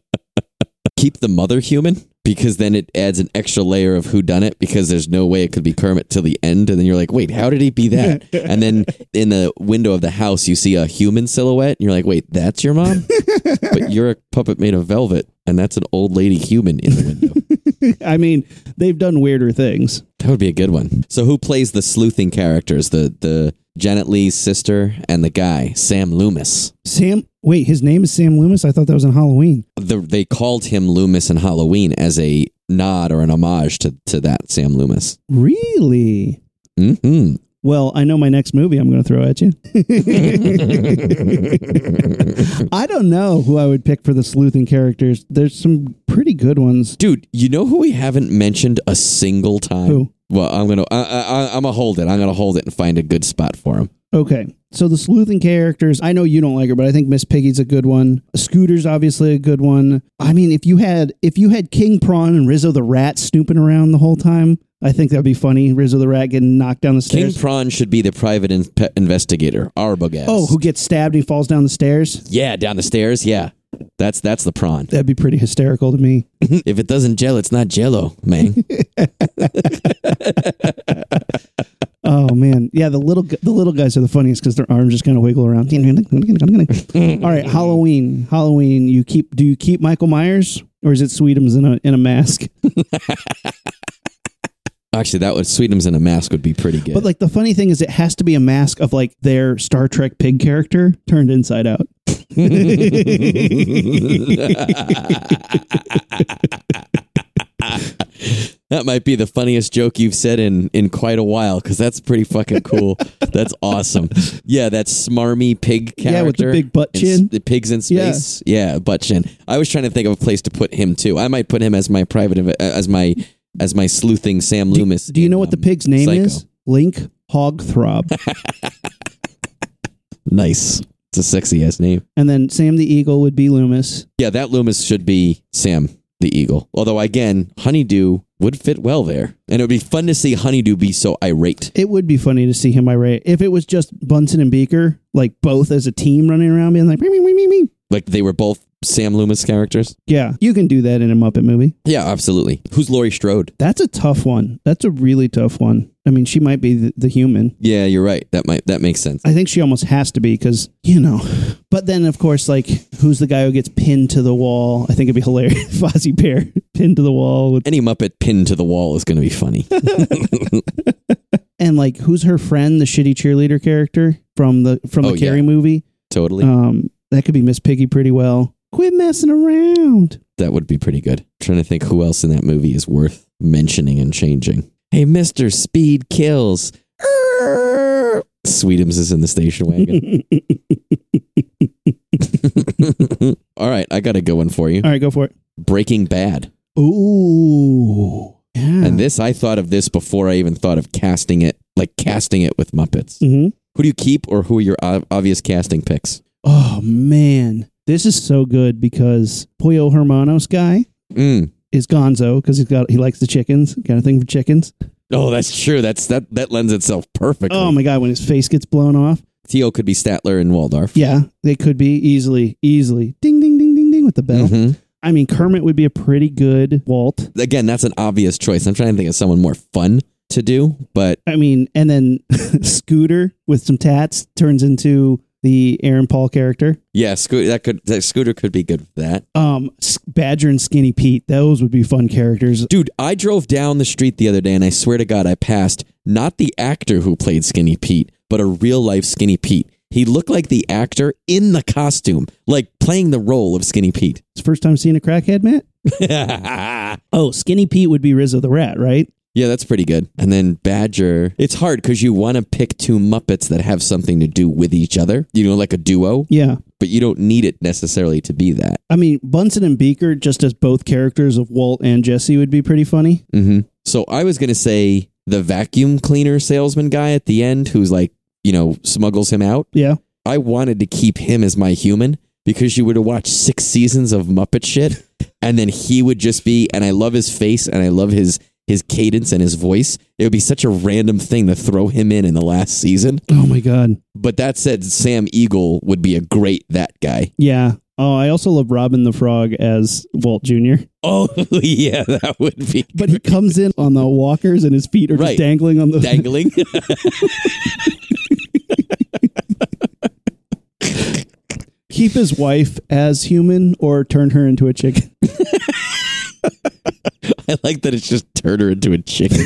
S4: keep the mother human because then it adds an extra layer of who done it because there's no way it could be Kermit till the end and then you're like wait how did he be that and then in the window of the house you see a human silhouette and you're like wait that's your mom but you're a puppet made of velvet and that's an old lady human in the window
S3: I mean, they've done weirder things.
S4: that would be a good one so who plays the sleuthing characters the the Janet Lee's sister and the guy Sam Loomis
S3: Sam, wait, his name is Sam Loomis? I thought that was in Halloween.
S4: the, they called him Loomis in Halloween as a nod or an homage to to that Sam Loomis
S3: Really?
S4: hmm
S3: Well, I know my next movie I'm going to throw at you. I don't know who I would pick for the sleuthing characters. There's some pretty good ones.
S4: Dude, you know who we haven't mentioned a single time?
S3: Who?
S4: Well, I'm gonna, I, I, I'm gonna hold it. I'm gonna hold it and find a good spot for him.
S3: Okay. So the sleuthing characters, I know you don't like her, but I think Miss Piggy's a good one. Scooter's obviously a good one. I mean, if you had if you had King Prawn and Rizzo the Rat snooping around the whole time, I think that'd be funny. Rizzo the Rat getting knocked down the
S4: King
S3: stairs.
S4: Prawn should be the private in- pe- investigator, Arbogast.
S3: oh, who gets stabbed and he falls down the stairs?
S4: yeah, down the stairs. Yeah, that's that's the prawn.
S3: That'd be pretty hysterical to me.
S4: if it doesn't gel, it's not Jello, man.
S3: Oh man, yeah. The little gu- the little guys are the funniest because their arms just kind of wiggle around. All right, Halloween, Halloween. You keep do you keep Michael Myers or is it Sweetums in a in a mask?
S4: Actually, that would Sweetums in a mask would be pretty good.
S3: But like the funny thing is, it has to be a mask of like their Star Trek pig character turned inside out.
S4: that might be the funniest joke you've said in in quite a while because that's pretty fucking cool. that's awesome. Yeah, that smarmy pig character.
S3: Yeah, with the big butt
S4: in s-
S3: chin.
S4: The pigs in
S3: Yeah.
S4: space. Yeah. butt chin. I was trying to think of a place to put him too. I might put him as my private inv- as my as my sleuthing Sam Loomis.
S3: Do you
S4: in,
S3: know what the
S4: um,
S3: pig's name
S4: Psycho.
S3: is? Link Hogthrob.
S4: Nice. It's a sexy ass name.
S3: And then Sam the Eagle would be Loomis.
S4: Yeah, that Loomis should be Sam the Eagle. Although again, Honeydew would fit well there, and it would be fun to see Honeydew be so irate.
S3: It would be funny to see him irate. If it was just Bunsen and Beaker, like both as a team running around being like, "Meow, meow, meow, meow, meow."
S4: Like they were both Sam Loomis characters.
S3: yeah, you can do that in a Muppet movie.
S4: Yeah, absolutely. Who's Laurie Strode?
S3: That's a tough one. That's a really tough one. I mean, she might be the, the human.
S4: Yeah, you're right. That might that makes sense.
S3: I think she almost has to be because, you know. But then, of course, like, who's the guy who gets pinned to the wall? I think it'd be hilarious if Ozzie Bear pinned to the wall with
S4: Any Muppet pinned to the wall is going to be funny.
S3: and like who's her friend, the shitty cheerleader character from the from the
S4: Oh, yeah.
S3: Carrie movie.
S4: totally.
S3: Um, that could be Miss Piggy pretty well. Quit messing around.
S4: that would be pretty good. trying to think who else in that movie is worth mentioning and changing. Hey, Mister Speed kills. Err. Sweetums is in the station wagon. All right, I got a good one for you.
S3: All right, go for it.
S4: Breaking Bad.
S3: Ooh, yeah.
S4: And this, I thought of this before I even thought of casting it, like casting it with Muppets.
S3: hmm
S4: Who do you keep or who are your ob- obvious casting picks?
S3: Oh man, this is so good because Pollo Hermanos guy
S4: Mm.
S3: is Gonzo because he's got he likes the chickens, got a thing for chickens.
S4: Oh, that's true. That's that that lends itself perfectly.
S3: Oh my god, when his face gets blown off,
S4: Theo could be Statler and Waldorf.
S3: yeah, they could be easily, easily, ding, ding, ding, ding, ding with the bell.
S4: Mhm.
S3: I mean, Kermit would be a pretty good Walt.
S4: Again, that's an obvious choice. I'm trying to think of someone more fun to do, but
S3: I mean, and then Scooter with some tats turns into the Aaron Paul character.
S4: yeah, Scooter that could that Scooter could be good for that.
S3: Um, S- Badger and Skinny Pete, those would be fun characters.
S4: Dude, I drove down the street the other day and I swear to God, I passed not the actor who played Skinny Pete, but a real life Skinny Pete. He looked like the actor in the costume, like playing the role of Skinny Pete.
S3: It's the first time seeing a crackhead, Matt.
S4: yeah,
S3: Oh, Skinny Pete would be Rizzo the Rat, right?
S4: that's pretty good. And then Badger, it's hard because you want to pick two Muppets that have something to do with each other, you know, like a duo,
S3: Yeah.
S4: but you don't need it necessarily to be that.
S3: I mean, Bunsen and Beaker, just as both characters of Walt and Jesse, would be pretty funny.
S4: hmm So I was going to say the vacuum cleaner salesman guy at the end who's like, you know, smuggles him out.
S3: Yeah.
S4: I wanted to keep him as my human because you were to watch six seasons of Muppet shit, and then he would just be. And I love his face, and I love his his cadence and his voice. It would be such a random thing to throw him in in the last season.
S3: Oh, my God.
S4: But that said, Sam Eagle would be a great that guy.
S3: Yeah. Oh, I also love Robin the Frog as Walt Jr.
S4: Oh yeah, that would be
S3: But he comes in on the walkers and his feet are
S4: Right.
S3: just dangling on the.
S4: dangling.
S3: keep his wife as human or turn her into a chicken.
S4: I like that it's just turned her into a chicken.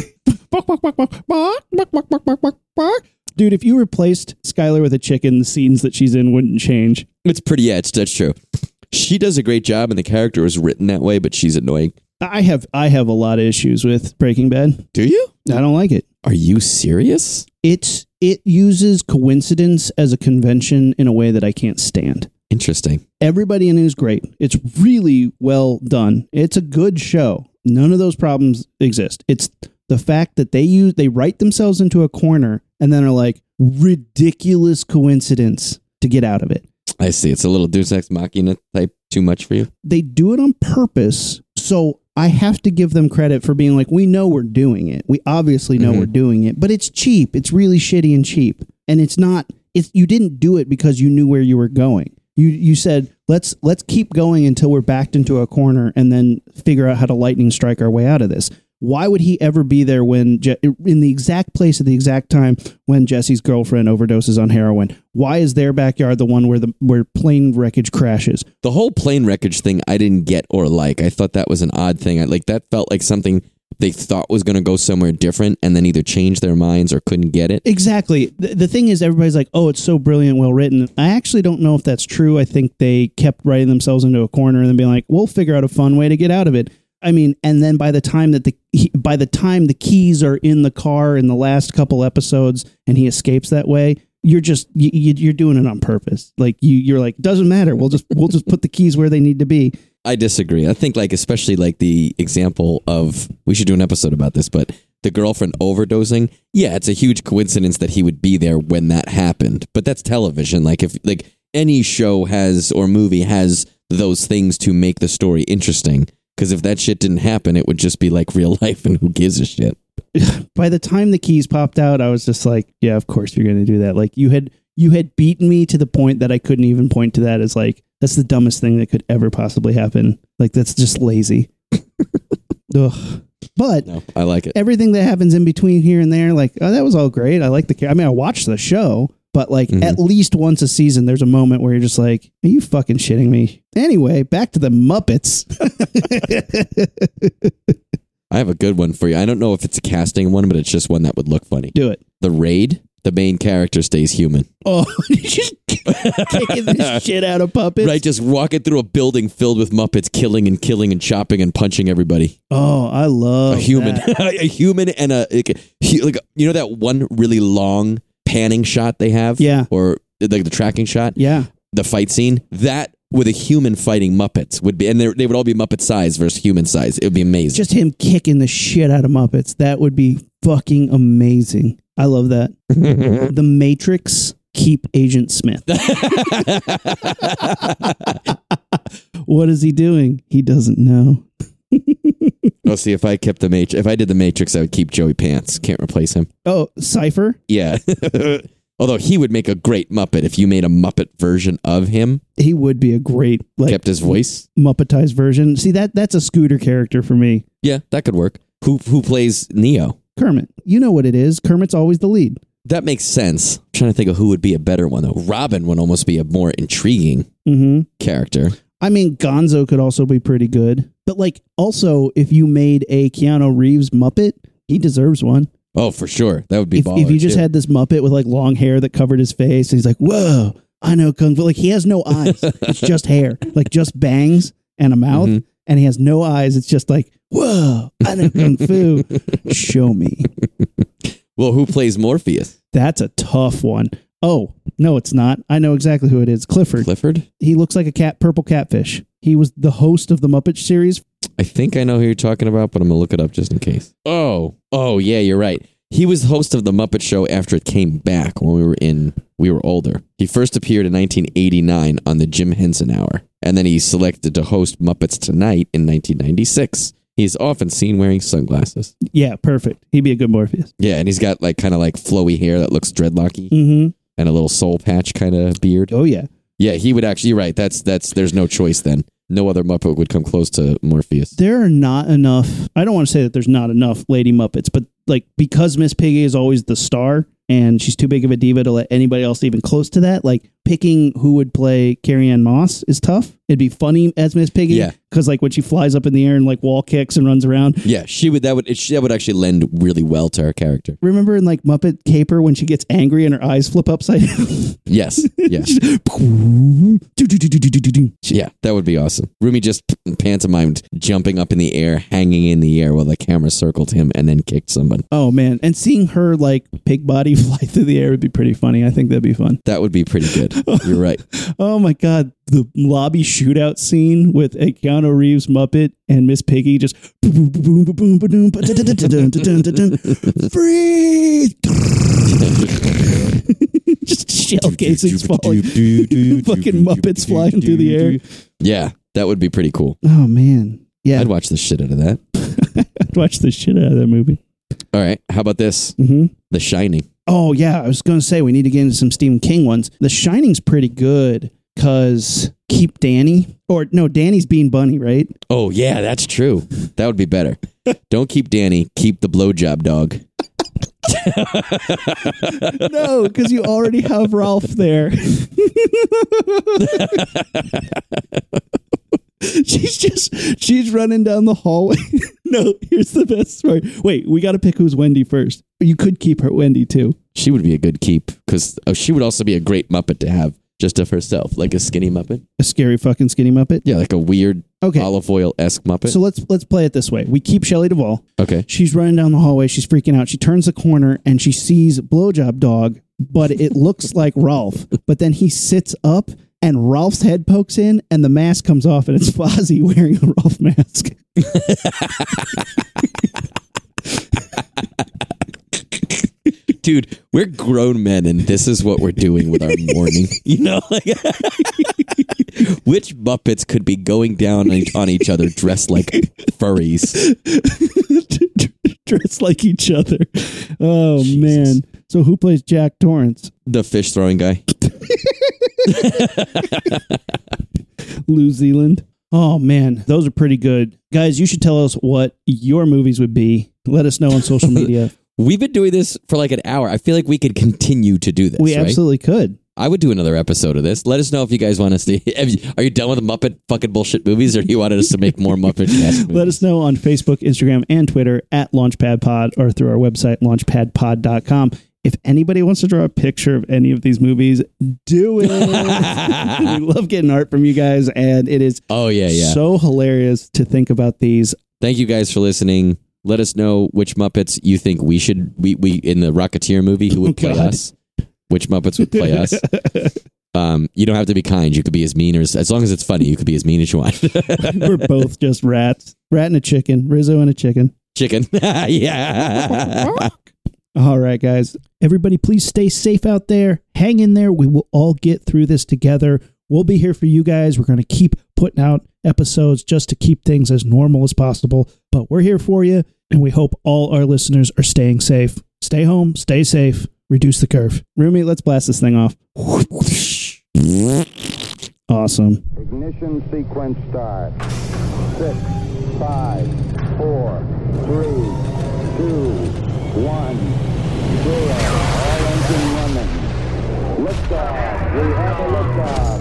S3: Dude, if you replaced Skylar with a chicken, the scenes that she's in wouldn't change.
S4: It's pretty. Yeah, it's, that's true. She does a great job, and the character was written that way, but she's annoying.
S3: I have I have a lot of issues with Breaking Bad.
S4: Do you?
S3: I don't like it.
S4: Are you serious?
S3: It's it uses coincidence as a convention in a way that I can't stand.
S4: Interesting.
S3: Everybody in it is great. It's really well done. It's a good show. None of those problems exist. It's the fact that they use they write themselves into a corner and then are like ridiculous coincidence to get out of it.
S4: I see. It's a little Deus Ex Machina type too much for you.
S3: they do it on purpose. So I have to give them credit for being like, we know we're doing it. We obviously know we're doing it, but it's cheap. It's really shitty and cheap. And it's not it's you didn't do it because you knew where you were going. You you said, let's let's keep going until we're backed into a corner and then figure out how to lightning strike our way out of this. Why would he ever be there when Je- in the exact place at the exact time when Jesse's girlfriend overdoses on heroin? Why is their backyard the one where the where plane wreckage crashes?
S4: The whole plane wreckage thing, I didn't get or like. I thought that was an odd thing. I, like that felt like something they thought was going to go somewhere different, and then either changed their minds or couldn't get it.
S3: Exactly. The, the thing is, everybody's like, "Oh, it's so brilliant, well written." I actually don't know if that's true. I think they kept writing themselves into a corner and then being like, "We'll figure out a fun way to get out of it." I mean, and then by the time that the he, by the time the keys are in the car in the last couple episodes, and he escapes that way, you're just you, you, you're doing it on purpose. Like you, you're like, doesn't matter. We'll just we'll just put the keys where they need to be.
S4: I disagree. I think like especially like the example of we should do an episode about this, but the girlfriend overdosing. Yeah, it's a huge coincidence that he would be there when that happened. But that's television. Like if like any show has or movie has those things to make the story interesting. Because if that shit didn't happen, it would just be like real life, and who gives a shit?
S3: by the time the keys popped out, I was just like, yeah, of course you're going to do that. Like you had you had beaten me to the point that I couldn't even point to that as like that's the dumbest thing that could ever possibly happen. Like that's just lazy. Ugh. But
S4: No, I like it.
S3: everything that happens in between here and there, like oh, that was all great. I like the. ca- I mean, I watched the show, but like
S4: Mhm.
S3: at least once a season, there's a moment where you're just like, are you fucking shitting me? Anyway, back to the Muppets.
S4: I have a good one for you. I don't know if it's a casting one, but it's just one that would look funny.
S3: Do it.
S4: The Raid, the main character stays human.
S3: Oh, just kicking this shit out of puppets.
S4: right, just walking through a building filled with Muppets, killing and killing and chopping and punching everybody.
S3: Oh, I love
S4: a human,
S3: that.
S4: a human, and a like, a hu- like you know that one really long panning shot they have,
S3: Yeah.
S4: or like the tracking shot,
S3: Yeah.
S4: the fight scene that with a human fighting Muppets would be, and they they would all be Muppet size versus human size. It would be amazing.
S3: Just him kicking the shit out of Muppets. That would be fucking amazing. I love that. the Matrix, keep Agent Smith. what is he doing? He doesn't know.
S4: I'll Oh, see if I kept the matrix. If I did the Matrix, I would keep Joey Pants. Can't replace him.
S3: Oh, Cypher?
S4: Yeah. Although he would make a great Muppet if you made a Muppet version of him,
S3: He would be a great like
S4: kept his voice.
S3: Muppetized version. See that that's a scooter character for me.
S4: Yeah, that could work. Who who plays Neo?
S3: Kermit. You know what it is. Kermit's always the lead.
S4: That makes sense. I'm trying to think of who would be a better one though. Robin would almost be a more intriguing
S3: Mm-hmm.
S4: character.
S3: I mean, Gonzo could also be pretty good. But like, also, if you made a Keanu Reeves Muppet, he deserves one.
S4: Oh, for sure. That would be
S3: If,
S4: baller,
S3: if you just
S4: too.
S3: had this Muppet with like long hair that covered his face, and he's like, "Whoa, I know kung fu." Like he has no eyes; it's just hair, like just bangs and a mouth,
S4: Mhm.
S3: and he has no eyes. It's just like, "Whoa, I know kung fu." Show me.
S4: Well, who plays Morpheus?
S3: That's a tough one. Oh no, it's not. I know exactly who it is. Clifford.
S4: Clifford?
S3: He looks like a cat, purple catfish. He was the host of the Muppet series.
S4: I think I know who you're talking about, but I'm gonna look it up just in case. Oh, oh yeah, you're right. He was the host of the Muppet Show after it came back when we were in we were older. He first appeared in 1989 on the Jim Henson Hour, and then he selected to host Muppets Tonight in 1996. He's often seen wearing sunglasses.
S3: Yeah, perfect. He'd be a good Morpheus.
S4: Yeah, and he's got like kind of like flowy hair that looks dreadlocky
S3: Mm-hmm.
S4: and a little soul patch kind of beard.
S3: Oh yeah.
S4: Yeah, he would actually. You're right. That's that's. There's no choice then. No other Muppet would come close to Morpheus.
S3: There are not enough. I don't want to say that there's not enough Lady Muppets, but like because Miss Piggy is always the star and she's too big of a diva to let anybody else even close to that, like picking who would play Carrie Ann Moss is tough. It'd be funny as Miss Piggy.
S4: Yeah.
S3: Cause like when she flies up in the air and like wall kicks and runs around.
S4: Yeah, she would. That would. It, she- that would actually lend really well to her character.
S3: Remember in like Muppet Caper when she gets angry and her eyes flip upside down?
S4: Yes. Yeah. yeah. That would be awesome. Rumi just p- pantomimed jumping up in the air, hanging in the air while the camera circled him, and then kicked someone.
S3: oh man. And seeing her like pig body fly through the air would be pretty funny. I think that'd be fun.
S4: That would be pretty good. You're right.
S3: Oh my god, the lobby shootout scene with a Keanu Reeves Muppet and Miss Piggy just boom boom boom boom boom boom free just shell casings falling. Fucking Muppets flying through the air.
S4: Yeah, that would be pretty cool.
S3: Oh man. Yeah,
S4: I'd watch the shit out of that.
S3: I'd watch the shit out of that movie.
S4: All right. How about this?
S3: hmm
S4: The Shining.
S3: Oh yeah, I was going to say we need to get into some Stephen King ones. The Shining's pretty good cuz keep Danny or no, Danny's Bean Bunny, right?
S4: Oh yeah, that's true. That would be better. Don't keep Danny. Keep the blowjob dog.
S3: No, because you already have Ralph there. she's just she's running down the hallway. no, here's the best story. Wait, we got to pick who's Wendy first. You could keep her Wendy too.
S4: She would be a good keep because she would also be a great Muppet to have just of herself, like a skinny Muppet.
S3: A scary fucking skinny Muppet.
S4: Yeah, like a weird
S3: Okay.
S4: olive oil esque Muppet.
S3: So let's let's play it this way. We keep Shelley Duvall.
S4: okay.
S3: She's running down the hallway. She's freaking out. She turns the corner and she sees blowjob dog, but it looks like Rolf. But then he sits up and Rolf's head pokes in and the mask comes off and it's Fozzie wearing a Rolf mask.
S4: dude, we're grown men and this is what we're doing with our morning. You know, like which Muppets could be going down on, on each other dressed like furries?
S3: Dressed like each other. Oh man. So who plays Jack Torrance?
S4: The fish throwing guy.
S3: Lou Zealand. Oh man, those are pretty good. Guys, you should tell us what your movies would be. Let us know on social media.
S4: We've been doing this for like an hour. I feel like we could continue to do this.
S3: we
S4: right?
S3: absolutely could.
S4: I would do another episode of this. Let us know if you guys want us to. if you- Are you done with the Muppet fucking bullshit movies, or do you wanted us to make more Muppet cast movies?
S3: Let us know on Facebook, Instagram, and Twitter at Launchpad Pod or through our website, launchpadpod.com. If anybody wants to draw a picture of any of these movies, do it. we love getting art from you guys, and it is
S4: Oh yeah, yeah.
S3: so hilarious to think about these.
S4: Thank you guys for listening. Let us know which Muppets you think we should we we in the Rocketeer movie who would play
S3: God.
S4: us. Which Muppets would play us? Um, you don't have to be kind. You could be as mean or as, as long as it's funny. You could be as mean as you want.
S3: We're both just rats. Rat and a chicken, Rizzo and a chicken.
S4: Chicken. yeah.
S3: All right, guys.
S1: Everybody, please stay safe out there. Hang in there. We will all get through this together. We'll be here for you guys. We're going to keep putting out episodes just to keep things as normal as possible. But we're here for you, and we hope all our listeners are staying safe. Stay home, stay safe, reduce the curve.
S3: Rumi, let's blast this thing off. Awesome.
S2: Ignition sequence start. Six, five, four, three, two, one, zero. All engine running. Liftoff. We have a liftoff.